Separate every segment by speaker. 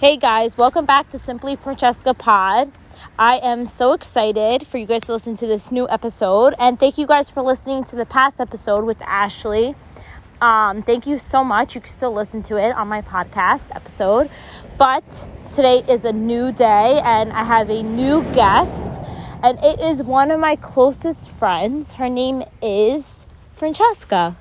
Speaker 1: Hey guys, welcome back to Simply Francesca Pod. I am so excited for you guys to listen to this new episode, and thank you guys for listening to the past episode with Ashley. Um, thank you so much. You can still listen to it on my podcast episode, but today is a new day, and I have a new guest, and it is one of my closest friends. Her name is Francesca.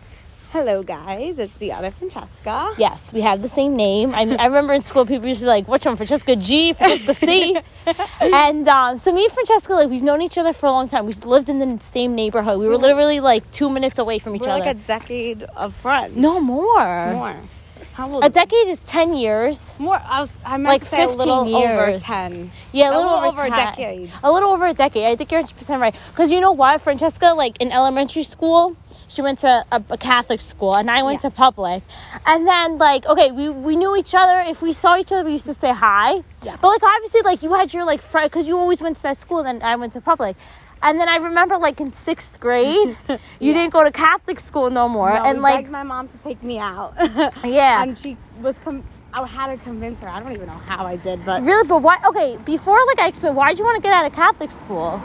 Speaker 2: Hello, guys. It's the other Francesca.
Speaker 1: Yes, we have the same name. I, mean, I remember in school people used to be like, which one, Francesca G, Francesca C? and um, so me and Francesca, like, we've known each other for a long time. We lived in the same neighborhood. We were literally like two minutes away from each
Speaker 2: We're
Speaker 1: other.
Speaker 2: like a decade of friends.
Speaker 1: no more.
Speaker 2: more. How old?
Speaker 1: A decade is 10 years.
Speaker 2: More. I was. I meant
Speaker 1: Like
Speaker 2: to say a
Speaker 1: 15
Speaker 2: little over
Speaker 1: years.
Speaker 2: ten.
Speaker 1: Yeah, a
Speaker 2: A
Speaker 1: little,
Speaker 2: little over a
Speaker 1: 10.
Speaker 2: decade.
Speaker 1: A little over a decade. I think you're 100% right. Because you know what? Francesca, like in elementary school, she went to a, a Catholic school and I went
Speaker 2: Yeah.
Speaker 1: to public. And then, like, okay, we, we knew each other. If we saw each other, we used to say hi.
Speaker 2: Yeah.
Speaker 1: But, like, obviously, like, you had your, like, friend, because you always went to that school, then I went to public. And then I remember, like, in sixth grade, you didn't go to Catholic school no more.
Speaker 2: No,
Speaker 1: and,
Speaker 2: we
Speaker 1: like,
Speaker 2: begged my mom to take me out,
Speaker 1: yeah.
Speaker 2: and she was. Com- I had to convince her. I don't even know how I did, but
Speaker 1: Really, but why? Okay, before like I explained, why'd you want to get out of Catholic school?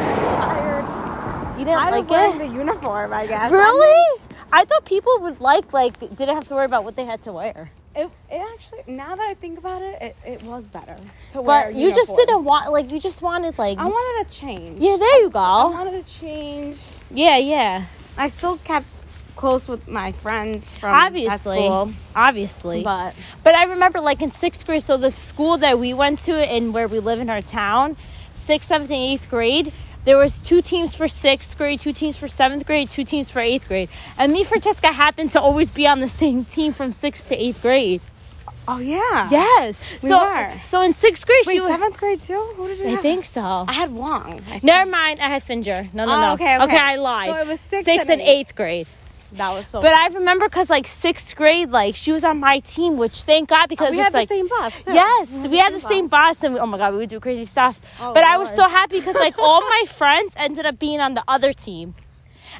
Speaker 2: Ah,
Speaker 1: You
Speaker 2: I'm
Speaker 1: didn't
Speaker 2: tired. I
Speaker 1: like
Speaker 2: was
Speaker 1: it.
Speaker 2: wearing the uniform. I guess.
Speaker 1: Really? I thought people would like like didn't have to worry about what they had to wear.
Speaker 2: It, it actually. Now that I think about it, it, it was better to wear.
Speaker 1: But
Speaker 2: a
Speaker 1: you just
Speaker 2: uniform.
Speaker 1: didn't want like you just wanted like
Speaker 2: I wanted a change.
Speaker 1: yeah. There you
Speaker 2: I Um,
Speaker 1: go.
Speaker 2: wanted a change.
Speaker 1: Yeah, yeah.
Speaker 2: I still kept close with my friends from
Speaker 1: Obviously,
Speaker 2: high school,
Speaker 1: obviously. But.
Speaker 2: but
Speaker 1: I remember like in sixth grade. So the school that we went to and where we live in our town, sixth, seventh, and eighth grade. There was two teams for sixth grade, two teams for seventh grade, two teams for eighth grade, and me, Francesca, happened to always be on the same team from sixth to eighth grade.
Speaker 2: oh yeah,
Speaker 1: Yes,
Speaker 2: We
Speaker 1: so
Speaker 2: were.
Speaker 1: so in sixth grade
Speaker 2: Wait,
Speaker 1: she was.
Speaker 2: seventh grade too? Who did you?
Speaker 1: I
Speaker 2: have?
Speaker 1: think so.
Speaker 2: I had Wong. I think.
Speaker 1: Never mind, I had Finger. No, no,
Speaker 2: Oh,
Speaker 1: no.
Speaker 2: okay, okay.
Speaker 1: I lied.
Speaker 2: So it was sixth
Speaker 1: and
Speaker 2: and
Speaker 1: eighth grade.
Speaker 2: That was so.
Speaker 1: But I remember because, like, sixth grade, like, she was on my team, which thank God because
Speaker 2: Oh, we
Speaker 1: it's
Speaker 2: had
Speaker 1: like.
Speaker 2: the same bus. too.
Speaker 1: Yes, we had the same
Speaker 2: same
Speaker 1: boss, and we, oh my god, we would do crazy stuff.
Speaker 2: Oh,
Speaker 1: but I was so
Speaker 2: Lord.
Speaker 1: happy because like all my friends ended up being on the other team,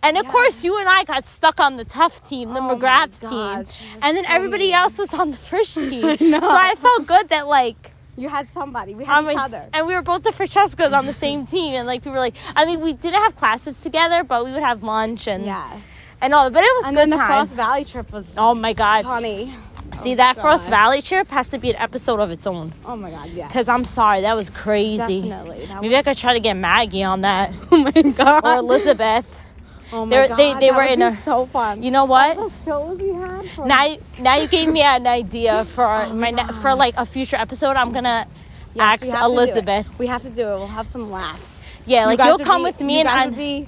Speaker 1: and of
Speaker 2: Yeah.
Speaker 1: course you and I got stuck on the tough team, the
Speaker 2: Oh my
Speaker 1: McGrath
Speaker 2: gosh,
Speaker 1: team,
Speaker 2: this is
Speaker 1: and then everybody
Speaker 2: funny.
Speaker 1: else was on the first team.
Speaker 2: know.
Speaker 1: So I felt good that like
Speaker 2: You had somebody. We
Speaker 1: I
Speaker 2: had each
Speaker 1: mean,
Speaker 2: other.
Speaker 1: And we were both the Francescas on the same team, and like we were like, I mean, we didn't have classes together, but we would have lunch and
Speaker 2: Yes.
Speaker 1: and all. But it was
Speaker 2: And
Speaker 1: good
Speaker 2: then the
Speaker 1: time.
Speaker 2: Frost Valley trip was
Speaker 1: oh my god!
Speaker 2: funny.
Speaker 1: See that
Speaker 2: God.
Speaker 1: Frost Valley trip has to be an episode of its own.
Speaker 2: Oh my god, yeah.
Speaker 1: Cause I'm sorry, that was crazy.
Speaker 2: Definitely. That
Speaker 1: Maybe I could try to get Maggie on that
Speaker 2: Oh my god.
Speaker 1: or Elizabeth.
Speaker 2: Oh my
Speaker 1: They're-
Speaker 2: god.
Speaker 1: they- they
Speaker 2: that
Speaker 1: were
Speaker 2: would
Speaker 1: in a-
Speaker 2: be so fun.
Speaker 1: You know what?
Speaker 2: the shows we had. For,
Speaker 1: Now, you- now you gave me an idea for my ne- for like a future episode. I'm gonna
Speaker 2: Oh
Speaker 1: ask
Speaker 2: Yes, we have to do it.
Speaker 1: Elizabeth.
Speaker 2: We have to do it. We'll have some laughs.
Speaker 1: Yeah, like
Speaker 2: guys
Speaker 1: you will
Speaker 2: would
Speaker 1: come
Speaker 2: be-
Speaker 1: with me
Speaker 2: you
Speaker 1: and
Speaker 2: guys
Speaker 1: I,
Speaker 2: would be-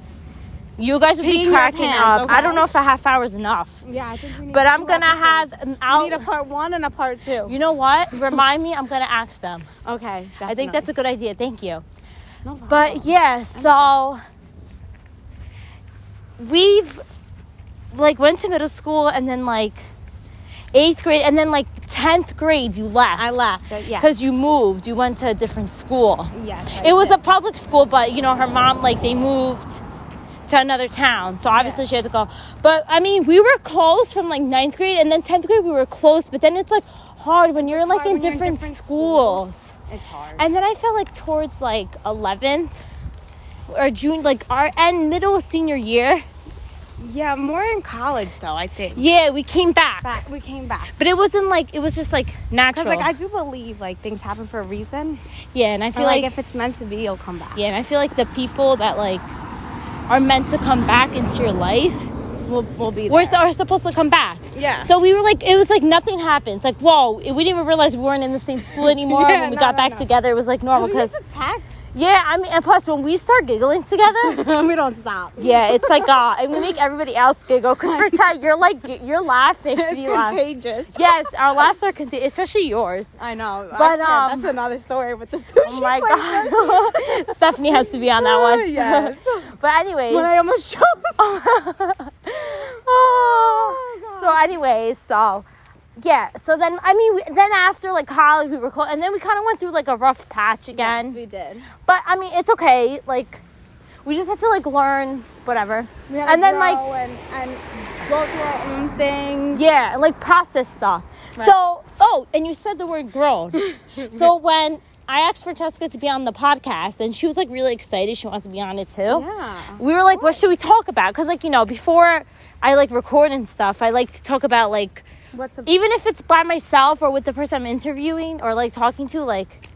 Speaker 1: you guys will be
Speaker 2: peeing your
Speaker 1: cracking up.
Speaker 2: pants,
Speaker 1: I
Speaker 2: okay?
Speaker 1: don't know if a half hour is enough.
Speaker 2: Yeah, I think we need
Speaker 1: But
Speaker 2: to
Speaker 1: I'm
Speaker 2: do
Speaker 1: gonna have
Speaker 2: episodes.
Speaker 1: an
Speaker 2: We need a
Speaker 1: out.
Speaker 2: part one and a part two.
Speaker 1: You know what? Remind me. I'm gonna ask them.
Speaker 2: okay.
Speaker 1: I think that's a good idea. Thank you.
Speaker 2: no
Speaker 1: But yeah, so we've like went to middle school and then like eighth grade and then like tenth grade you left.
Speaker 2: I left. uh, Yeah.
Speaker 1: because you moved. You went to a different school.
Speaker 2: yes, I
Speaker 1: It was a
Speaker 2: did.
Speaker 1: public school, but you know her mom like they moved to another town, so obviously she had to go. But I mean, we were close from like ninth grade, and then tenth grade we were close. But then it's like hard when you're like
Speaker 2: hard
Speaker 1: in
Speaker 2: when you're in
Speaker 1: different,
Speaker 2: different
Speaker 1: schools.
Speaker 2: It's hard.
Speaker 1: And then I felt like towards like eleventh or June, like our end middle senior year.
Speaker 2: yeah, more in college though. I think
Speaker 1: Yeah, we came back,
Speaker 2: back we came back
Speaker 1: but it wasn't like it was just like natural.
Speaker 2: because like I do believe like things happen for a reason.
Speaker 1: yeah, and I
Speaker 2: I
Speaker 1: feel like,
Speaker 2: if it's meant to be, you'll come back.
Speaker 1: yeah, and I feel like the people that like are meant to come back into your life.
Speaker 2: We'll we'll be there.
Speaker 1: We're are supposed to come back.
Speaker 2: Yeah.
Speaker 1: So we were like, it was like nothing happens. Like, whoa, we didn't even realize we weren't in the same school anymore.
Speaker 2: Yeah,
Speaker 1: when we
Speaker 2: no,
Speaker 1: got
Speaker 2: no,
Speaker 1: back
Speaker 2: no.
Speaker 1: together, it was like normal.
Speaker 2: we
Speaker 1: Because
Speaker 2: just attack.
Speaker 1: yeah, I mean, and plus when we start giggling together,
Speaker 2: we don't stop.
Speaker 1: Yeah, it's like uh, and we make everybody else giggle. Christopher Chai, you're like your laugh makes
Speaker 2: It's
Speaker 1: me laugh.
Speaker 2: contagious.
Speaker 1: Yes, our laughs are contagious, especially yours.
Speaker 2: I know. I
Speaker 1: But,
Speaker 2: can't.
Speaker 1: um,
Speaker 2: that's another story with the sushi.
Speaker 1: Oh my
Speaker 2: place.
Speaker 1: god, Stephanie has to be on that one.
Speaker 2: yes.
Speaker 1: But anyways,
Speaker 2: when I almost showed.
Speaker 1: oh, so anyways, so yeah, so then I mean, we, then after like college, we were close, and then we kind of went through like a rough patch again.
Speaker 2: we did.
Speaker 1: but I mean, it's okay. Like, we just had to like learn whatever,
Speaker 2: We had to
Speaker 1: and then like
Speaker 2: grow and, and go through our own thing.
Speaker 1: Yeah, and, like process stuff. So, oh, and you said the word grown. so when I asked for Jessica to be on the podcast, and she was like really excited. She wants to be on it too.
Speaker 2: Yeah.
Speaker 1: We were like, what should we talk about? Because like you know, before I like record and stuff, I like to talk about like
Speaker 2: What's a,
Speaker 1: even if it's by myself or with the person I'm interviewing or like talking to, like,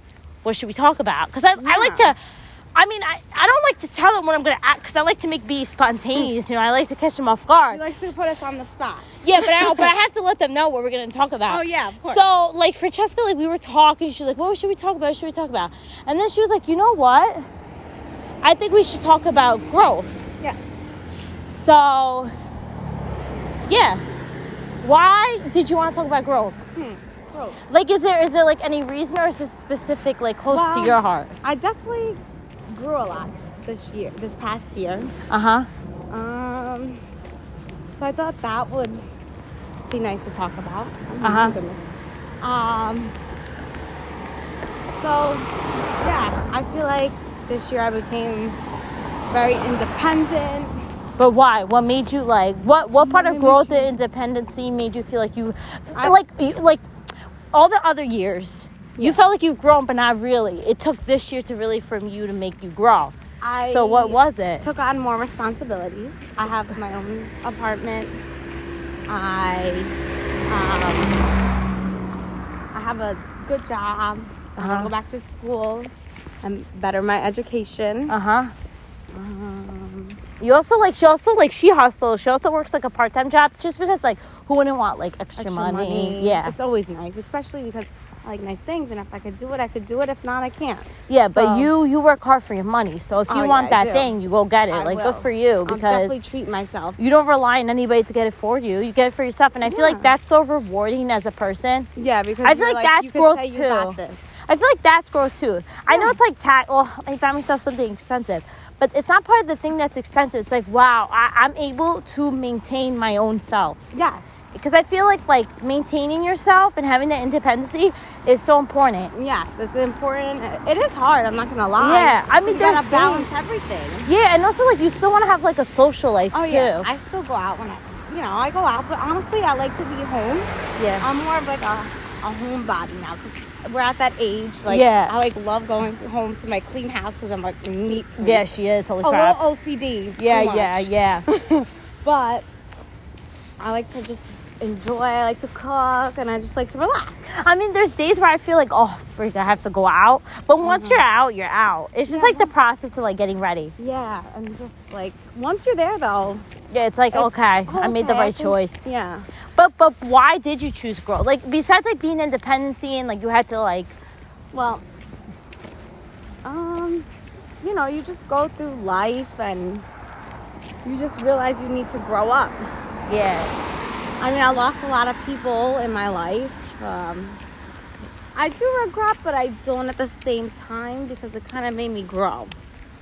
Speaker 1: what should we talk about? Because I, I like
Speaker 2: Yeah.
Speaker 1: to, I mean, I, I don't like to tell them what I'm going to act because I like to make be spontaneous, you know, I like to catch them off guard.
Speaker 2: he likes to put us on the spot.
Speaker 1: yeah, but I, but I have to let them know what we're going to talk about.
Speaker 2: Oh, yeah, of course.
Speaker 1: So, like, Francesca, like, we were talking, she was like, what should we talk about? What should we talk about? And then she was like, you know what? I think we should talk about growth.
Speaker 2: Yes.
Speaker 1: So, yeah. Why did you want to talk about growth?
Speaker 2: Growth.
Speaker 1: Like, is there is there like any reason, or is this specific, like close
Speaker 2: Well-
Speaker 1: to your heart?
Speaker 2: I definitely grew a lot this year, this past year.
Speaker 1: Uh huh.
Speaker 2: Um, so I thought that would be nice to talk about. Oh my
Speaker 1: Uh-huh.
Speaker 2: goodness. Um, so yeah, I feel like this year I became very independent.
Speaker 1: But why? What made you like? What what part
Speaker 2: made
Speaker 1: of
Speaker 2: me
Speaker 1: growth and independency made you feel like you,
Speaker 2: I-
Speaker 1: like you, like all the other years, you felt like you've grown, but not really. It took this year to really from you to make you grow.
Speaker 2: I
Speaker 1: so what was it?
Speaker 2: took on more responsibilities. I have my own apartment. I um, I have a good job. I'm gonna
Speaker 1: Uh-huh.
Speaker 2: go back to school and better my education.
Speaker 1: Uh huh.
Speaker 2: Um,
Speaker 1: You also like she also like she hustles. She also works like a part time job just because like who wouldn't want like extra,
Speaker 2: extra
Speaker 1: money? Yeah,
Speaker 2: it's always nice, especially because I like nice things, and if I could do it, I could do it. If not, I can't.
Speaker 1: yeah.
Speaker 2: so-
Speaker 1: But you you work hard for your money. So if you
Speaker 2: Oh, yeah,
Speaker 1: want
Speaker 2: I do.
Speaker 1: that thing, you go get it.
Speaker 2: I
Speaker 1: like
Speaker 2: will.
Speaker 1: good for you
Speaker 2: I'll definitely
Speaker 1: because
Speaker 2: treat myself.
Speaker 1: you don't rely on anybody to get it for you. You get it for yourself, and I feel
Speaker 2: Yeah.
Speaker 1: like that's so rewarding as a person.
Speaker 2: Yeah, because
Speaker 1: I feel
Speaker 2: you're
Speaker 1: like
Speaker 2: you
Speaker 1: that's
Speaker 2: could
Speaker 1: growth
Speaker 2: say you
Speaker 1: too.
Speaker 2: got this.
Speaker 1: I feel like that's growth too. I know it's like tat. Oh, I found myself something expensive, but it's not part of the thing that's expensive. It's like wow, I, I'm able to maintain my own self.
Speaker 2: Yes.
Speaker 1: because I feel like like maintaining yourself and having that independency is so important.
Speaker 2: Yes, it's important. It is hard. I'm not gonna lie.
Speaker 1: Yeah, I mean,
Speaker 2: you gotta
Speaker 1: there's
Speaker 2: balance
Speaker 1: things-
Speaker 2: everything.
Speaker 1: Yeah, and also like you still want to have like a social life
Speaker 2: Oh
Speaker 1: too.
Speaker 2: yeah, I still go out when I, you know, I go out. But honestly, I like to be home.
Speaker 1: yeah.
Speaker 2: I'm more of like a, a homebody now because we're at that age. Like,
Speaker 1: Yeah.
Speaker 2: I like love going home to my clean house because I'm like neat. freak.
Speaker 1: yeah, she is. Holy
Speaker 2: a
Speaker 1: crap.
Speaker 2: little OCD. too
Speaker 1: yeah,
Speaker 2: much.
Speaker 1: yeah, yeah,
Speaker 2: But I like to just enjoy. I like to cook, and I just like to relax.
Speaker 1: I mean, there's days where I feel like, oh, freak, I have to go out. But once you're out, you're out. It's just like the process of like getting ready.
Speaker 2: Yeah, and just like once you're there, though,
Speaker 1: Yeah, it's like
Speaker 2: It's-
Speaker 1: okay, I made the
Speaker 2: okay, I
Speaker 1: right
Speaker 2: think-
Speaker 1: choice.
Speaker 2: Yeah.
Speaker 1: But but why did you choose growth? Like besides like being independency and like you had to like
Speaker 2: Well, um, you know, you just go through life and you just realize you need to grow up.
Speaker 1: yeah
Speaker 2: I mean, I lost a lot of people in my life. Um, I do regret, but I don't at the same time because it kind of made me grow.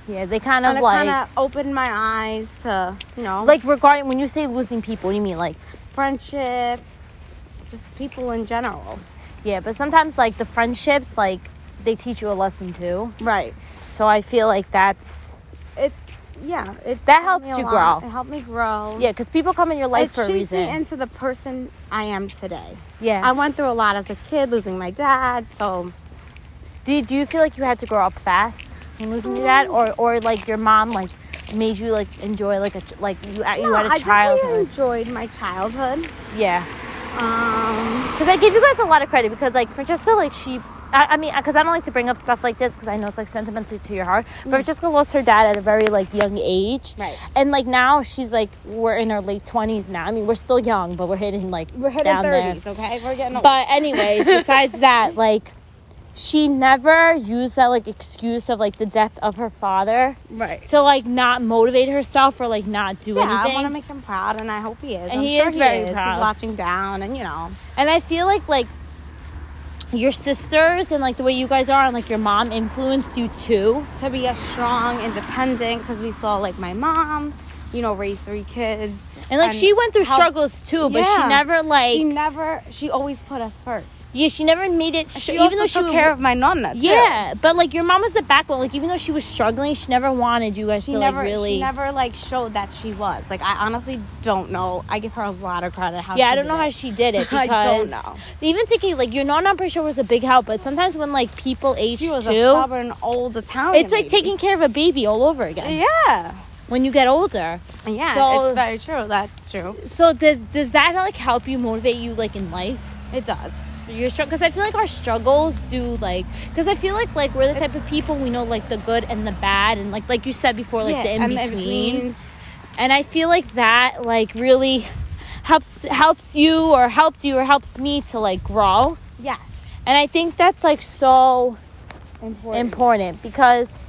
Speaker 1: yeah they kind
Speaker 2: And
Speaker 1: of
Speaker 2: it
Speaker 1: like
Speaker 2: kind of opened my eyes to, you know,
Speaker 1: like regarding when you say losing people, what do you mean like
Speaker 2: friendships, just people in general.
Speaker 1: Yeah, but sometimes like the friendships, like they teach you a lesson too.
Speaker 2: Right.
Speaker 1: So I feel like that's
Speaker 2: It's, yeah. It
Speaker 1: That
Speaker 2: helped me
Speaker 1: helps
Speaker 2: a
Speaker 1: you
Speaker 2: lot.
Speaker 1: grow.
Speaker 2: It helped me grow.
Speaker 1: yeah, because people come in your life
Speaker 2: it
Speaker 1: for a
Speaker 2: shaped
Speaker 1: reason.
Speaker 2: me into the person I am today. I
Speaker 1: yeah.
Speaker 2: went through a lot as a kid, losing my dad. So
Speaker 1: Did you feel like you had to grow up fast when losing your dad, or or like your mom like made you like enjoy like a ch- like you you
Speaker 2: No,
Speaker 1: had
Speaker 2: I
Speaker 1: a
Speaker 2: definitely
Speaker 1: childhood?
Speaker 2: enjoyed my childhood.
Speaker 1: Yeah.
Speaker 2: Um,
Speaker 1: Because I give you guys a lot of credit because like Francesca, like she. I, I mean, because I don't like to bring up stuff like this because I know it's like sentimental to your heart. But Francesca lost her dad at a very like young age,
Speaker 2: Mm. Right.
Speaker 1: And like now she's like we're in our late twenties now. I mean, we're still young, but we're hitting like
Speaker 2: we're hitting
Speaker 1: down there.
Speaker 2: thirties, okay? We're getting old.
Speaker 1: But anyways, besides that, like she never used that like excuse of like the death of her father
Speaker 2: right.
Speaker 1: to like not motivate herself or like not do
Speaker 2: Yeah, I
Speaker 1: anything.
Speaker 2: want to make him proud, and I hope he is.
Speaker 1: And
Speaker 2: I'm
Speaker 1: he
Speaker 2: sure
Speaker 1: is very
Speaker 2: He's
Speaker 1: proud.
Speaker 2: watching down, and you know,
Speaker 1: And I feel like like your sisters and like the way you guys are and like your mom influenced you too.
Speaker 2: to be a strong, independent, because we saw like my mom, you know, raise three kids,
Speaker 1: And like she went through
Speaker 2: help-
Speaker 1: struggles too, but she
Speaker 2: Yeah.
Speaker 1: never like
Speaker 2: She never. She always put us first.
Speaker 1: Yeah, she never made it.
Speaker 2: She,
Speaker 1: sh-
Speaker 2: even though she took
Speaker 1: would-
Speaker 2: care of my nonna. too.
Speaker 1: Yeah, but like your mom was the backbone. Like even though she was struggling, she never wanted you guys
Speaker 2: She
Speaker 1: to
Speaker 2: never,
Speaker 1: like really.
Speaker 2: she never like showed that she was. Like I honestly don't know. I give her a lot of credit. How
Speaker 1: yeah,
Speaker 2: she
Speaker 1: I don't
Speaker 2: did
Speaker 1: know
Speaker 2: it.
Speaker 1: how she did it
Speaker 2: I
Speaker 1: because
Speaker 2: don't know.
Speaker 1: even taking like your non pretty sure was a big help, but sometimes when like people age
Speaker 2: she
Speaker 1: too,
Speaker 2: was a stubborn old Italian.
Speaker 1: it's like
Speaker 2: lady.
Speaker 1: taking care of a baby all over again
Speaker 2: Yeah,
Speaker 1: when you get older.
Speaker 2: yeah.
Speaker 1: So-
Speaker 2: it's very true. That's true.
Speaker 1: So does does that like help you motivate you like in life?
Speaker 2: It does.
Speaker 1: Your struggle, because I feel like our struggles do like, because I feel like like we're the type of people we know like the good and the bad and like like you said before like
Speaker 2: Yeah,
Speaker 1: the in
Speaker 2: and
Speaker 1: between.
Speaker 2: in-betweens.
Speaker 1: and I feel like that like really helps helps you or helped you or helps me to like grow.
Speaker 2: Yeah,
Speaker 1: And I think that's like so
Speaker 2: important.
Speaker 1: important because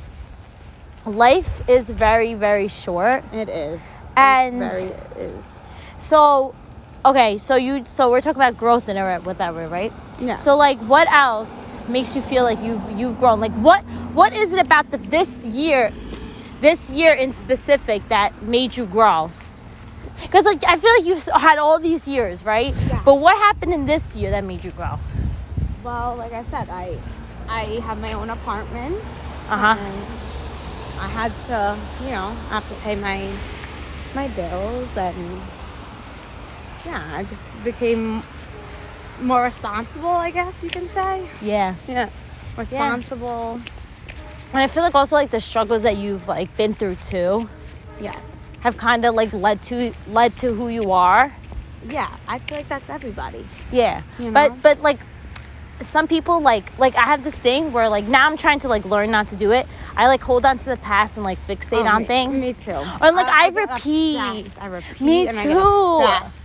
Speaker 1: life is very very short.
Speaker 2: it is.
Speaker 1: And-
Speaker 2: it very is.
Speaker 1: So okay, so you so we're talking about growth and every- whatever, right?
Speaker 2: Yeah.
Speaker 1: So like what else makes you feel like you've you've grown? Like what what is it about the, this year this year in specific that made you grow? Cuz like I feel like you've had all these years, right?
Speaker 2: Yeah.
Speaker 1: But what happened in this year that made you grow?
Speaker 2: Well, like I said, I I have my own apartment.
Speaker 1: Uh-huh.
Speaker 2: And I had to, you know, I have to pay my my bills and yeah, I just became more responsible, I guess you can say.
Speaker 1: Yeah.
Speaker 2: Yeah. Responsible.
Speaker 1: And I feel like also like the struggles that you've like been through too
Speaker 2: Yeah.
Speaker 1: have kind of like led to led to who you are.
Speaker 2: yeah. I feel like that's everybody.
Speaker 1: Yeah.
Speaker 2: You know?
Speaker 1: But but like some people like like I have this thing where like now I'm trying to like learn not to do it. I like hold on to the past and like fixate
Speaker 2: Oh,
Speaker 1: on
Speaker 2: me-
Speaker 1: things.
Speaker 2: Me too. Uh,
Speaker 1: Or like I,
Speaker 2: get
Speaker 1: repeat.
Speaker 2: obsessed. I repeat.
Speaker 1: Me
Speaker 2: and I
Speaker 1: too.
Speaker 2: get obsessed.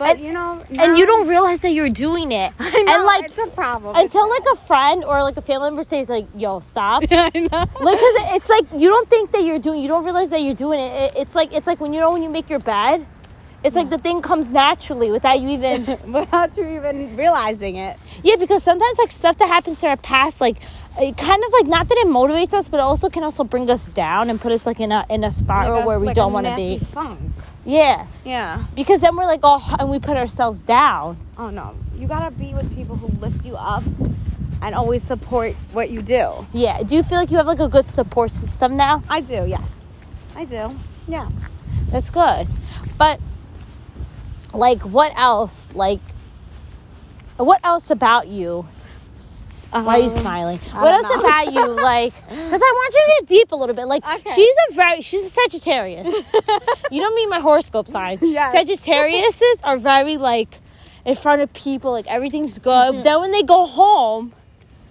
Speaker 2: But
Speaker 1: And-
Speaker 2: you know,
Speaker 1: And
Speaker 2: now-
Speaker 1: you don't realize that you're doing it.
Speaker 2: I know,
Speaker 1: and like
Speaker 2: it's a problem.
Speaker 1: until like a friend or like a family member says like, "Yo, stop."
Speaker 2: I know.
Speaker 1: like cuz it's like you don't think that you're doing you don't realize that you're doing it. It- It's like it's like when you know when you make your bed, it's like the thing comes naturally without you even
Speaker 2: without you even realizing it.
Speaker 1: Yeah, because sometimes like stuff that happens to our past, like it kind of like not that it motivates us, but it also can also bring us down and put us like in a in a spot
Speaker 2: Like a-
Speaker 1: where we
Speaker 2: like
Speaker 1: don't
Speaker 2: a
Speaker 1: want to be.
Speaker 2: nasty funk.
Speaker 1: Yeah,
Speaker 2: Yeah.
Speaker 1: because then we're like oh, and we put ourselves down.
Speaker 2: Oh no. You gotta be with people who lift you up and always support what you do.
Speaker 1: Yeah. Do you feel like you have like a good support system now?
Speaker 2: I do. Yes. I do. Yeah.
Speaker 1: That's good, but like what else? Like what else about you? Why are you
Speaker 2: Um,
Speaker 1: smiling?
Speaker 2: I
Speaker 1: What
Speaker 2: don't
Speaker 1: else
Speaker 2: know.
Speaker 1: about you? Like, because I want you to get deep a little bit. Like,
Speaker 2: Okay.
Speaker 1: she's a very, she's a Sagittarius. you don't mean my horoscope sign.
Speaker 2: Yes.
Speaker 1: Sagittariuses are very, like, in front of people. Like, everything's
Speaker 2: Mm-hmm.
Speaker 1: good. then when they go home,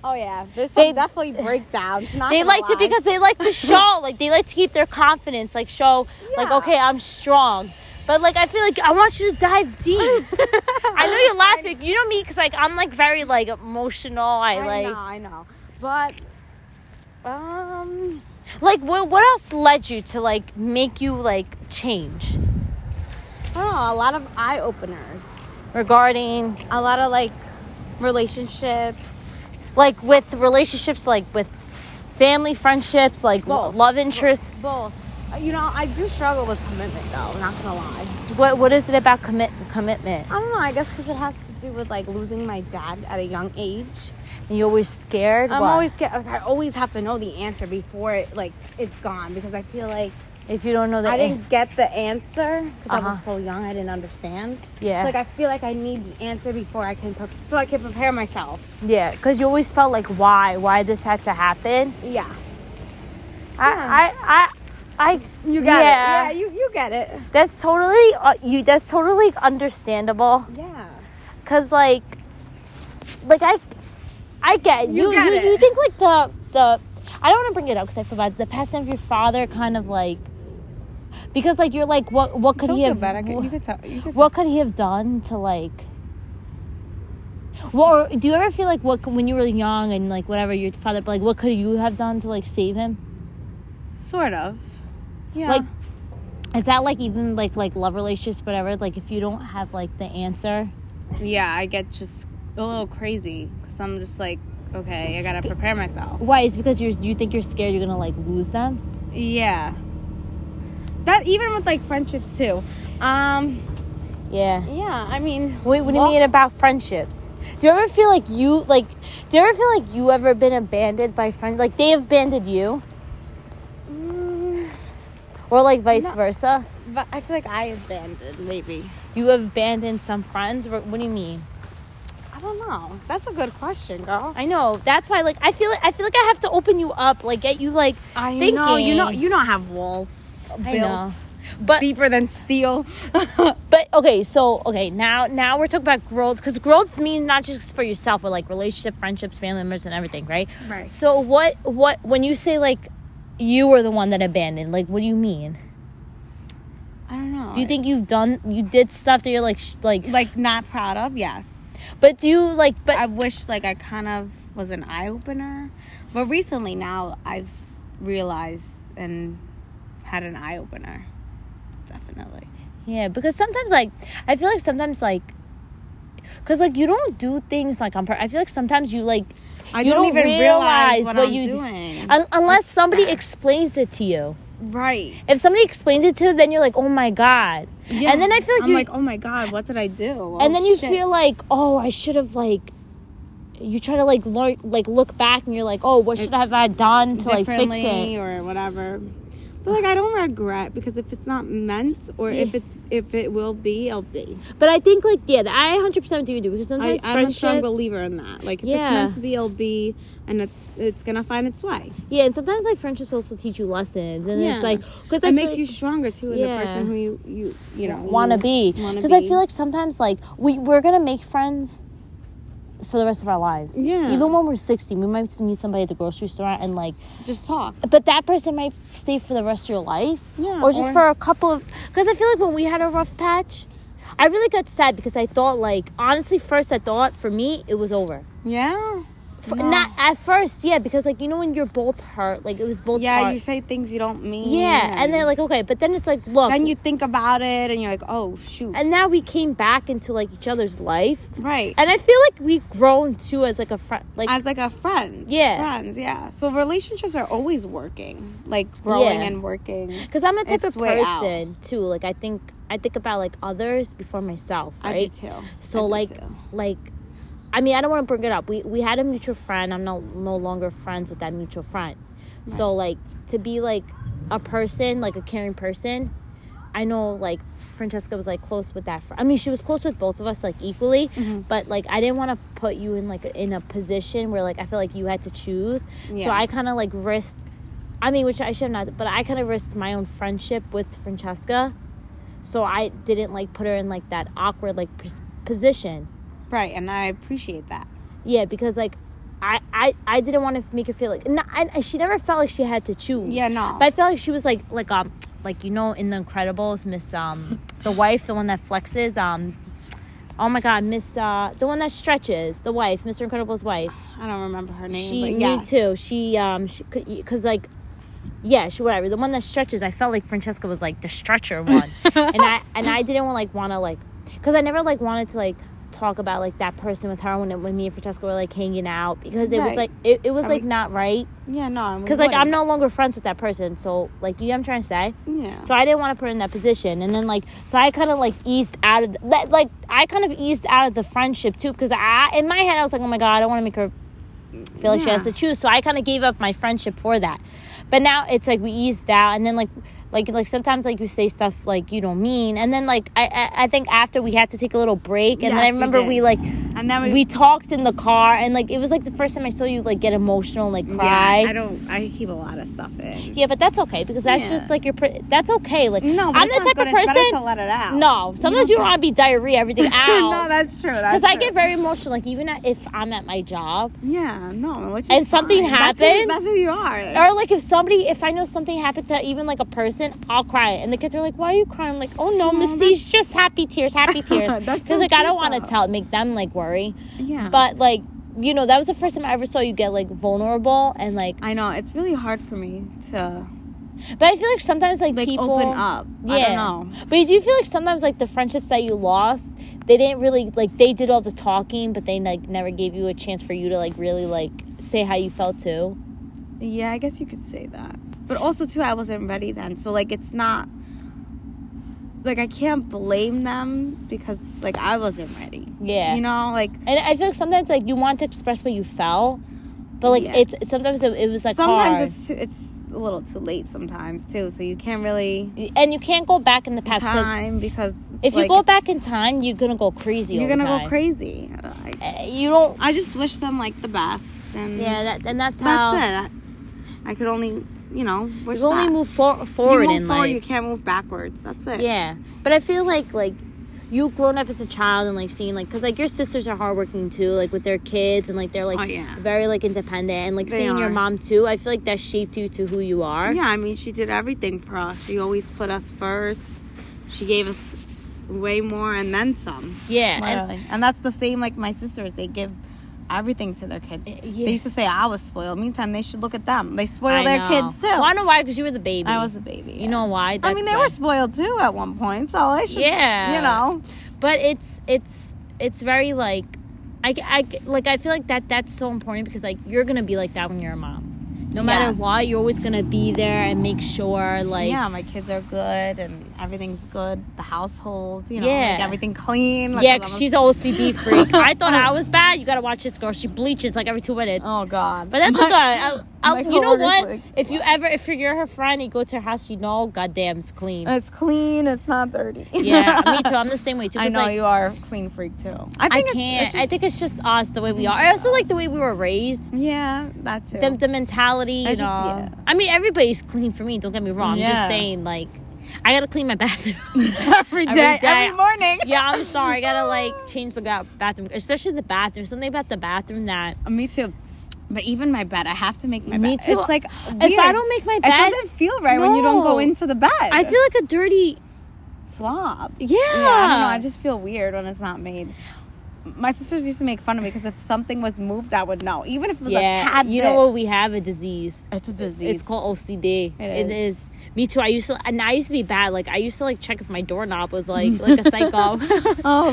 Speaker 2: Oh yeah. There's
Speaker 1: They-
Speaker 2: some definitely breakdowns. Not
Speaker 1: they
Speaker 2: gonna
Speaker 1: like to,
Speaker 2: lie.
Speaker 1: because they like to show, like, they like to keep their confidence, like, show, like,
Speaker 2: Yeah.
Speaker 1: okay, I'm strong. But, like, I feel like I want you to dive deep. I know you're laughing. You know me, because, like, I'm, like, very, like, emotional. I,
Speaker 2: I
Speaker 1: like,
Speaker 2: know. I know. But um.
Speaker 1: like what, what else led you to like make you like change
Speaker 2: I don't know. A lot of eye openers.
Speaker 1: regarding
Speaker 2: A lot of like relationships.
Speaker 1: like with relationships like with family friendships like lo-
Speaker 2: Both.
Speaker 1: love interests
Speaker 2: Both. You know, I do struggle with commitment though. Not gonna lie.
Speaker 1: what what is it about commit commitment
Speaker 2: I don't know. I guess because it has to do with like losing my dad at a young age.
Speaker 1: and you're always scared
Speaker 2: I'm
Speaker 1: Why?
Speaker 2: always get. I always have to know the answer before it, like it's gone because I feel like
Speaker 1: if you don't know eh, that
Speaker 2: I didn't get the answer because I
Speaker 1: Uh-huh.
Speaker 2: was so young. I didn't understand.
Speaker 1: Yeah.
Speaker 2: So, like I feel like I need the answer before I can pre- so I can prepare myself.
Speaker 1: yeah because you always felt like why why this had to happen
Speaker 2: Yeah.
Speaker 1: I i i i
Speaker 2: You got
Speaker 1: yeah,
Speaker 2: it. Yeah. You you get it.
Speaker 1: that's totally uh, you that's totally understandable
Speaker 2: Yeah.
Speaker 1: Cause like, like I, I get you.
Speaker 2: You
Speaker 1: You,
Speaker 2: get
Speaker 1: you,
Speaker 2: it.
Speaker 1: think like the the. I don't want to bring it up because I forgot the passing of your father. Kind of like, because like you're like what what could he have
Speaker 2: could tell. You could
Speaker 1: what could he have done to like. Well, or do you ever feel like what when you were young and like whatever your father like what could you have done to like save him?
Speaker 2: sort of. Yeah.
Speaker 1: Like, is that like even like like love relationships whatever? Like if you don't have like the answer,
Speaker 2: yeah, I get just a little crazy because I'm just like, okay, I gotta prepare myself.
Speaker 1: why? Is because you're you think you're scared you're gonna like lose them.
Speaker 2: Yeah. That even with like friendships too. Um,
Speaker 1: Yeah.
Speaker 2: yeah, I mean,
Speaker 1: Wait, what do you
Speaker 2: lo-
Speaker 1: mean about friendships? Do you ever feel like you like? Do you ever feel like you ever been abandoned by friends? Like they have abandoned you,
Speaker 2: Mm,
Speaker 1: or like vice
Speaker 2: No.
Speaker 1: versa?
Speaker 2: but I feel like I abandoned maybe.
Speaker 1: You have abandoned some friends. What what do you mean?
Speaker 2: I don't know. That's a good question, girl.
Speaker 1: I know. That's why. Like I feel. Like, I feel like I have to open you up. Like get you like
Speaker 2: I
Speaker 1: thinking.
Speaker 2: know you know you don't have walls
Speaker 1: I
Speaker 2: built
Speaker 1: know. But
Speaker 2: deeper than steel.
Speaker 1: but okay. So okay. Now now we're talking about growth because growth means not just for yourself, but like relationship, friendships, family members, and everything, right?
Speaker 2: Right.
Speaker 1: So what what when you say like you were the one that abandoned, like what do you mean?
Speaker 2: I don't know.
Speaker 1: Do you think you've done you did stuff that you're like sh- like
Speaker 2: like not proud of? Yes.
Speaker 1: but do you like but
Speaker 2: I wish like I kind of was an eye opener, but recently now I've realized and had an eye opener. Definitely.
Speaker 1: yeah because sometimes like I feel like sometimes like cuz like you don't do things like on pur- I feel like sometimes you like
Speaker 2: I
Speaker 1: you
Speaker 2: don't even realize what I'm
Speaker 1: you d-
Speaker 2: doing.
Speaker 1: un- unless somebody explains it to you.
Speaker 2: Right.
Speaker 1: If somebody explains it to you then you're like, "Oh my god." And then I feel like
Speaker 2: I'm
Speaker 1: you
Speaker 2: like, oh my god, what did I do?
Speaker 1: and
Speaker 2: Oh,
Speaker 1: then you
Speaker 2: shit.
Speaker 1: feel like oh i should have like you try to like look like look back and you're like oh what should I have i done to like fix
Speaker 2: differently
Speaker 1: it
Speaker 2: or whatever. But like I don't regret because if it's not meant or if
Speaker 1: Yeah.
Speaker 2: it's if it will be, it'll be.
Speaker 1: but i think like yeah i 100% do you do because
Speaker 2: I,
Speaker 1: sometimes
Speaker 2: I'm a strong
Speaker 1: friendships-
Speaker 2: believer in that. Like if
Speaker 1: Yeah.
Speaker 2: it's meant to be, it'll be, and it's it's gonna find its way.
Speaker 1: yeah and sometimes like friendships also teach you lessons and
Speaker 2: Yeah.
Speaker 1: it's like because
Speaker 2: it makes you stronger too in
Speaker 1: Yeah.
Speaker 2: the person who you you you know
Speaker 1: want to
Speaker 2: you
Speaker 1: be
Speaker 2: wanna
Speaker 1: because i
Speaker 2: be.
Speaker 1: feel like sometimes like we, we're gonna make friends for the rest of our lives
Speaker 2: Yeah.
Speaker 1: even when we're 60 we might meet somebody at the grocery store and like
Speaker 2: just talk.
Speaker 1: but that person might stay for the rest of your life
Speaker 2: Yeah,
Speaker 1: or just
Speaker 2: or-
Speaker 1: for a couple of because i feel like when we had a rough patch i really got sad because i thought like honestly first i thought for me it was over
Speaker 2: Yeah.
Speaker 1: for,
Speaker 2: No.
Speaker 1: not at first yeah because like you know when you're both hurt like it was both
Speaker 2: Yeah,
Speaker 1: hard.
Speaker 2: you say things you don't mean.
Speaker 1: yeah and then like okay but then it's like look
Speaker 2: then you think about it and you're like, oh shoot,
Speaker 1: and now we came back into like each other's life
Speaker 2: right.
Speaker 1: and i feel like we've grown too as like a friend like
Speaker 2: As like a friend.
Speaker 1: Yeah.
Speaker 2: Friends. Yeah. So relationships are always working, like growing
Speaker 1: Yeah.
Speaker 2: and working.
Speaker 1: because i'm a type of
Speaker 2: It's way out.
Speaker 1: person too like i think i think about like others before myself right
Speaker 2: I do too. I
Speaker 1: So
Speaker 2: do
Speaker 1: like
Speaker 2: too.
Speaker 1: like I mean I don't want to bring it up. We we had a mutual friend. I'm no no longer friends with that mutual friend. So like to be like a person, like a caring person, I know like Francesca was like close with that friend. I mean she was close with both of us like equally, but like I didn't want to put you in like in a position where like I feel like you had to choose. So
Speaker 2: Yeah.
Speaker 1: I kind of like risked I mean, which I should not, but I kind of risked my own friendship with Francesca, so I didn't like put her in like that awkward like pos- position.
Speaker 2: right, and I appreciate that.
Speaker 1: Yeah, because like I I, I didn't want to make her feel like no, I, I- she never felt like she had to choose.
Speaker 2: Yeah, no.
Speaker 1: But I felt like she was like like um like you know in The Incredibles, Miss um the wife, the one that flexes um. Oh my God, Miss uh, the one that stretches, the wife, Mr. Incredible's wife.
Speaker 2: I don't remember her name.
Speaker 1: She,
Speaker 2: Oh, but yeah.
Speaker 1: me too. She, um, she, cause like, yeah, she whatever. The one that stretches, I felt like Francesca was like the stretcher one, and I and I didn't want like want to like, cause I never like wanted to like talk about like that person with her when it, when me and Francesca were like hanging out because it was
Speaker 2: Right.
Speaker 1: like it, it was
Speaker 2: I
Speaker 1: like
Speaker 2: mean-
Speaker 1: not right
Speaker 2: Yeah. No. and we
Speaker 1: because like I'm
Speaker 2: wouldn't.
Speaker 1: no longer friends with that person. So like, do you know what I'm trying to say?
Speaker 2: Yeah.
Speaker 1: So I didn't want to put her in that position, and then like, so I kind of like eased out of that. Like I kind of eased out of the friendship too, because I in my head I was like, oh my god, I don't want to make her feel like she has to
Speaker 2: Yeah.
Speaker 1: choose. So I kind of gave up my friendship for that. But now it's like we eased out, and then like, like like sometimes like you say stuff like you don't mean, and then like I I, I think after we had to take a little break, and then I
Speaker 2: Yes, we
Speaker 1: remember
Speaker 2: did.
Speaker 1: we like
Speaker 2: and then
Speaker 1: we talked in the car, and like it was like the first time I saw you like get emotional, and, like cry.
Speaker 2: Yeah, I don't. I keep a lot of stuff in.
Speaker 1: Yeah, but that's okay because that's
Speaker 2: Yeah.
Speaker 1: just like your. Per- that's okay. Like
Speaker 2: No, but
Speaker 1: I'm
Speaker 2: it's
Speaker 1: the
Speaker 2: not
Speaker 1: type
Speaker 2: good.
Speaker 1: of
Speaker 2: It's better to
Speaker 1: person.
Speaker 2: let it out.
Speaker 1: No, sometimes you don't want to be diarrhea everything
Speaker 2: no,
Speaker 1: out
Speaker 2: that's true. That's
Speaker 1: because I
Speaker 2: true.
Speaker 1: get very emotional. Like even at- if I'm at my job
Speaker 2: Yeah, no. Which is
Speaker 1: And something
Speaker 2: fine. That's who-
Speaker 1: happens?
Speaker 2: That's who, you are.
Speaker 1: or like if somebody, if I know something happened to even like a person, I'll cry. And the kids are like, "Why are you crying?" I'm like, "Oh no, Miss C's just happy tears, happy tears."
Speaker 2: That's
Speaker 1: Because
Speaker 2: so
Speaker 1: like I don't
Speaker 2: cute,
Speaker 1: want to
Speaker 2: though. Uh-huh.
Speaker 1: tell, make them like worry.
Speaker 2: Yeah.
Speaker 1: But like you know, that was the first time I ever saw you get like vulnerable and like.
Speaker 2: I know it's really hard for me to
Speaker 1: But I feel like sometimes like,
Speaker 2: like
Speaker 1: people
Speaker 2: open up.
Speaker 1: Yeah.
Speaker 2: I don't know.
Speaker 1: But do you feel like sometimes like the friendships that you lost, they didn't really like they did all the talking, but they like never gave you a chance for you to like really like say how you felt too.
Speaker 2: Yeah, I guess you could say that. But also too, I wasn't ready then. So like, it's not like I can't blame them because like I wasn't ready.
Speaker 1: Yeah.
Speaker 2: You know, like
Speaker 1: And I feel like sometimes like you want to express where you felt, but like
Speaker 2: Yeah.
Speaker 1: it's sometimes it, it was like
Speaker 2: sometimes
Speaker 1: hard.
Speaker 2: it's too, it's a little too late sometimes too, so you can't really
Speaker 1: and you can't go back in the past 'cause
Speaker 2: time because
Speaker 1: if
Speaker 2: like,
Speaker 1: you go back in time, you're gonna go crazy.
Speaker 2: you're
Speaker 1: all the
Speaker 2: gonna go
Speaker 1: time.
Speaker 2: crazy. I,
Speaker 1: Uh, You don't.
Speaker 2: I just wish them like the best, and
Speaker 1: Yeah, that, and that's, how
Speaker 2: that's it. I, I could only you know wish
Speaker 1: you only
Speaker 2: that.
Speaker 1: move for, forward
Speaker 2: you move
Speaker 1: in
Speaker 2: forward,
Speaker 1: life.
Speaker 2: you can't move backwards. That's it.
Speaker 1: Yeah, but I feel like like you grown up as a child and like seeing like because like your sisters are hardworking too, like with their kids and like they're like
Speaker 2: Oh, yeah.
Speaker 1: very like independent and like
Speaker 2: They
Speaker 1: seeing your
Speaker 2: are.
Speaker 1: mom too. I feel like that shaped you to who you are.
Speaker 2: Yeah, I mean, she did everything for us. She always put us first. She gave us way more and then some.
Speaker 1: yeah. and-
Speaker 2: Literally. And, that's the same like my sisters. They give everything to their kids.
Speaker 1: yeah.
Speaker 2: They used to say I was spoiled. Meantime, they should look at them. They spoil
Speaker 1: I
Speaker 2: their
Speaker 1: know.
Speaker 2: kids too.
Speaker 1: Well, I know why because you were the baby.
Speaker 2: I was a baby. yeah.
Speaker 1: You know why?
Speaker 2: I mean, they
Speaker 1: why.
Speaker 2: were spoiled too at one point, so they should.
Speaker 1: Yeah.
Speaker 2: You know.
Speaker 1: but it's it's it's very like I, I like i feel like that that's so important because like you're gonna be like that when you're a mom no matter
Speaker 2: Yes.
Speaker 1: what you're always gonna be there and make sure like
Speaker 2: yeah, my kids are good and everything's good. The household, you know,
Speaker 1: Yeah.
Speaker 2: like everything clean. like,
Speaker 1: yeah
Speaker 2: 'cause
Speaker 1: 'cause
Speaker 2: I'm a-
Speaker 1: she's an ocd freak i thought i was bad you gotta watch this girl she bleaches like every two minutes
Speaker 2: Oh God.
Speaker 1: But that's
Speaker 2: My-
Speaker 1: okay. I'll, I'll,
Speaker 2: my
Speaker 1: you know
Speaker 2: coworker's
Speaker 1: what?
Speaker 2: like,
Speaker 1: if you ever, if you're her friend, you go to her house, you know, goddamn, it's clean.
Speaker 2: It's clean. It's not dirty.
Speaker 1: yeah, me too. I'm the same way too.
Speaker 2: I
Speaker 1: 'cause,
Speaker 2: know
Speaker 1: like,
Speaker 2: you are a clean freak too.
Speaker 1: I
Speaker 2: it's-
Speaker 1: can't.
Speaker 2: it's
Speaker 1: I think it's just us the way we are. I also like the way we were raised.
Speaker 2: just- yeah, that too.
Speaker 1: the, the mentality
Speaker 2: I
Speaker 1: and
Speaker 2: just-
Speaker 1: all.
Speaker 2: yeah.
Speaker 1: I mean, everybody's clean for me. Don't get me wrong. I'm just
Speaker 2: Yeah.
Speaker 1: saying, like, I gotta clean my bathroom.
Speaker 2: every day,
Speaker 1: day.
Speaker 2: every, morning.
Speaker 1: yeah, I'm sorry. I gotta like change the ga- bathroom, especially the bathroom. Something about the bathroom that
Speaker 2: Me too. But even my bed, I have to make my
Speaker 1: Me
Speaker 2: bed.
Speaker 1: too.
Speaker 2: It's like
Speaker 1: if I
Speaker 2: weird.
Speaker 1: don't make my
Speaker 2: it
Speaker 1: bed,
Speaker 2: doesn't feel right when you
Speaker 1: No.
Speaker 2: don't go into the bed.
Speaker 1: I feel like a dirty.
Speaker 2: slob.
Speaker 1: Yeah.
Speaker 2: I don't know. I just feel weird when it's not made. My sisters used to make fun of me because if something was moved, I would know. Even if it was a
Speaker 1: yeah,
Speaker 2: tad
Speaker 1: you
Speaker 2: bit.
Speaker 1: know what? We have a disease.
Speaker 2: It's a disease.
Speaker 1: It's called OCD.
Speaker 2: It
Speaker 1: It is. Me too. I used to, and I used to be bad. Like I used to like check if my doorknob was like like a psycho.
Speaker 2: Oh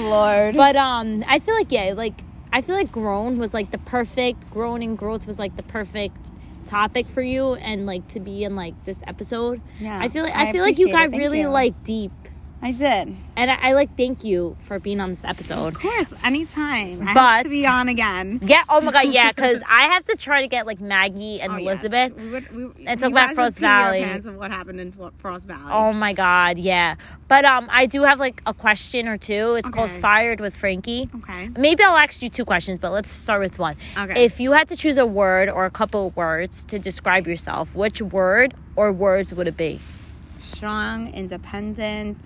Speaker 2: Lord.
Speaker 1: But um, I feel like yeah, like I feel like grown was like the perfect grown and growth was like the perfect topic for you and like to be in like this episode.
Speaker 2: Yeah,
Speaker 1: I feel like I,
Speaker 2: I
Speaker 1: feel like you
Speaker 2: appreciate
Speaker 1: got
Speaker 2: it. Thank
Speaker 1: really
Speaker 2: you.
Speaker 1: like deep,
Speaker 2: I did.
Speaker 1: and I, I like thank you for being on this episode.
Speaker 2: Of course, anytime. I
Speaker 1: But-
Speaker 2: have to be on again.
Speaker 1: Yeah. Oh my god. Yeah. Because I have to try to get like Maggie and
Speaker 2: Oh, yes.
Speaker 1: Elizabeth.
Speaker 2: We would- we-
Speaker 1: And
Speaker 2: you
Speaker 1: talk about
Speaker 2: guys would
Speaker 1: Frost
Speaker 2: pee your
Speaker 1: Valley.
Speaker 2: pants of what happened in Fro- Frost Valley.
Speaker 1: Oh my god. Yeah. But um, I do have like a question or two. It's called
Speaker 2: Okay.
Speaker 1: Fired with Frankie.
Speaker 2: Okay.
Speaker 1: Maybe I'll ask you two questions, but let's start with one.
Speaker 2: Okay.
Speaker 1: If you had to choose a word or a couple of words to describe yourself, which word or words would it be?
Speaker 2: Strong, independent,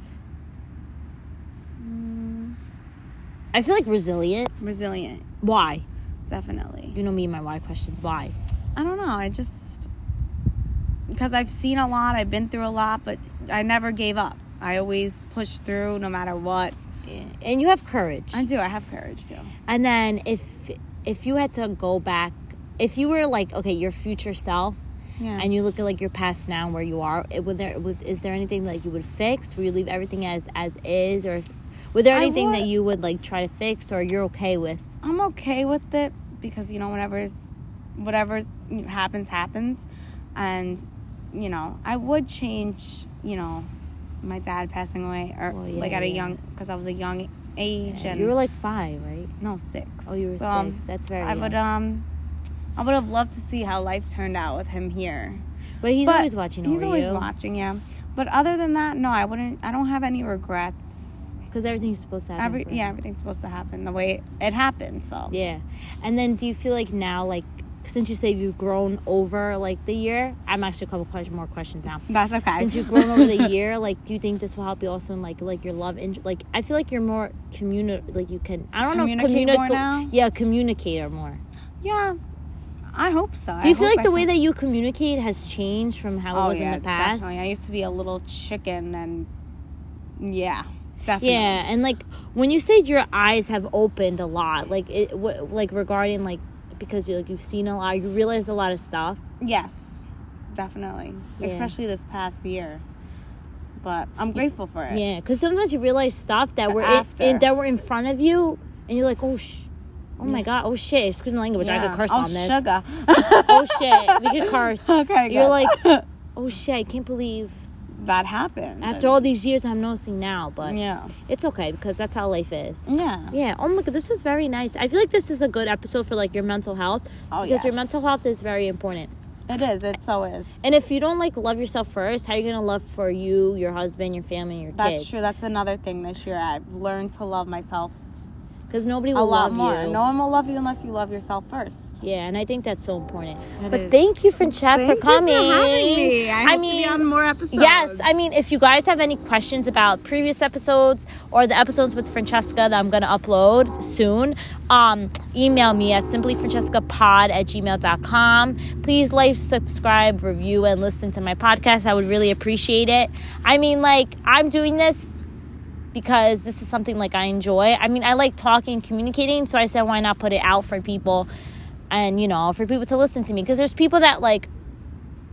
Speaker 1: I feel like resilient.
Speaker 2: resilient.
Speaker 1: Why?
Speaker 2: Definitely.
Speaker 1: You know me and my why questions. Why?
Speaker 2: I don't know. I just because I've seen a lot, I've been through a lot, but I never gave up. I always pushed through no matter what.
Speaker 1: And you have courage.
Speaker 2: I do. I have courage too.
Speaker 1: and then if if you had to go back, if you were like okay, your future self,
Speaker 2: Yeah.
Speaker 1: and you look at like your past now and where you are, it, would there would, is there anything that you would fix? Would you leave everything as as is, or if, would there
Speaker 2: I
Speaker 1: anything
Speaker 2: would-
Speaker 1: that you would like try to fix or you're okay with?
Speaker 2: I'm okay with it because you know whatever's whatever's happens happens, and you know I would change you know my dad passing away or
Speaker 1: Well, yeah,
Speaker 2: like at a
Speaker 1: yeah.
Speaker 2: young because I was a young age and
Speaker 1: You were like five, right?
Speaker 2: no six.
Speaker 1: Oh, you were
Speaker 2: So, um,
Speaker 1: six. That's very.
Speaker 2: I would
Speaker 1: young.
Speaker 2: um I would have loved to see how life turned out with him here.
Speaker 1: but he's
Speaker 2: but
Speaker 1: always watching over
Speaker 2: He's always
Speaker 1: you
Speaker 2: watching, yeah. But other than that, no, I wouldn't. I don't have any regrets.
Speaker 1: because everything's supposed to happen.
Speaker 2: Every
Speaker 1: for him.
Speaker 2: yeah, everything's supposed to happen the way it happened. So
Speaker 1: Yeah, and then do you feel like now, like since you say you've grown over like the year, I'm actually a couple question, more questions now.
Speaker 2: that's okay.
Speaker 1: Since you've grown over the year, like, do you think this will help you also in like like your love and like I feel like you're more communi like you can I don't know if
Speaker 2: Communicate more
Speaker 1: communicate
Speaker 2: now?
Speaker 1: yeah communicator more.
Speaker 2: Yeah, I hope so.
Speaker 1: Do you feel like the way that you communicate has changed from how it was in the past?
Speaker 2: Definitely. I used to be a little chicken, and yeah, definitely.
Speaker 1: Yeah, and like when you said your eyes have opened a lot, like it, w- like regarding like because you like you've seen a lot, you realize a lot of stuff.
Speaker 2: Yes, definitely.
Speaker 1: Yeah.
Speaker 2: Especially this past year, but I'm grateful for it.
Speaker 1: Yeah, because sometimes you realize stuff that were in,
Speaker 2: After.
Speaker 1: in, that were in front of you, and you're like, oh sh, oh my god, oh shit, excuse my language, I could
Speaker 2: Yeah.
Speaker 1: curse
Speaker 2: oh,
Speaker 1: on this.
Speaker 2: Sugar.
Speaker 1: Oh shit, we could curse.
Speaker 2: okay.
Speaker 1: You're
Speaker 2: good.
Speaker 1: like, oh shit, I can't believe
Speaker 2: that happened.
Speaker 1: After all these years, I'm noticing now, but
Speaker 2: yeah,
Speaker 1: it's okay because that's how life is.
Speaker 2: yeah,
Speaker 1: Yeah. Oh my god, this was very nice. I feel like this is a good episode for like your mental health
Speaker 2: Oh,
Speaker 1: because
Speaker 2: yes.
Speaker 1: your mental health is very important.
Speaker 2: it is. It so is.
Speaker 1: And if you don't like love yourself first, how are you gonna love for you, your husband, your family, your
Speaker 2: That's
Speaker 1: kids?
Speaker 2: true. That's another thing this year. I've learned to love myself
Speaker 1: Because nobody
Speaker 2: a
Speaker 1: will love
Speaker 2: lot more.
Speaker 1: you.
Speaker 2: No one will love you unless you love yourself first.
Speaker 1: Yeah, and I think that's so important.
Speaker 2: It
Speaker 1: but
Speaker 2: is.
Speaker 1: thank you, Francesca,
Speaker 2: Thank you
Speaker 1: for coming.
Speaker 2: having me. I, hope
Speaker 1: mean,
Speaker 2: to be on more episodes.
Speaker 1: yes. I mean, if you guys have any questions about previous episodes or the episodes with Francesca that I'm going to upload soon, um, email me at simplyfrancescapod at gmail.com. Please like, subscribe, review, and listen to my podcast. I would really appreciate it. I mean, like, I'm doing this because this is something like I enjoy. I mean, I like talking, communicating, so I said why not put it out for people and you know, for people to listen to me because there's people that like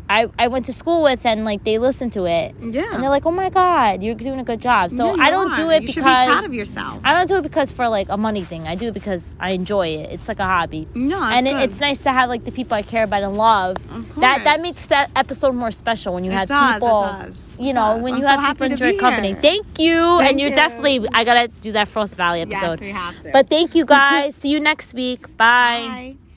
Speaker 1: I I went to school with and like they listen to it.
Speaker 2: Yeah.
Speaker 1: And they're like, "Oh my god, you're doing a good job." So
Speaker 2: Yeah,
Speaker 1: I
Speaker 2: you
Speaker 1: don't
Speaker 2: are.
Speaker 1: do it
Speaker 2: You should be
Speaker 1: because
Speaker 2: proud of yourself.
Speaker 1: I don't do it because for like a money thing. I do it because I enjoy it. It's like a hobby.
Speaker 2: No, that's
Speaker 1: and it,
Speaker 2: good.
Speaker 1: it's nice to have like the people I care about and love.
Speaker 2: Of
Speaker 1: that that
Speaker 2: course.
Speaker 1: makes that episode more special when you
Speaker 2: It
Speaker 1: have
Speaker 2: does, it
Speaker 1: people.
Speaker 2: does.
Speaker 1: You
Speaker 2: It
Speaker 1: know,
Speaker 2: does.
Speaker 1: when
Speaker 2: I'm
Speaker 1: you
Speaker 2: so
Speaker 1: have
Speaker 2: happy
Speaker 1: people
Speaker 2: to
Speaker 1: enjoy
Speaker 2: be
Speaker 1: company.
Speaker 2: here.
Speaker 1: Thank you, and
Speaker 2: Thank
Speaker 1: you're
Speaker 2: you.
Speaker 1: definitely. I gotta do that Frost Valley
Speaker 2: Yes,
Speaker 1: episode.
Speaker 2: we have to.
Speaker 1: But thank you guys. See you next week. Bye.
Speaker 2: Bye.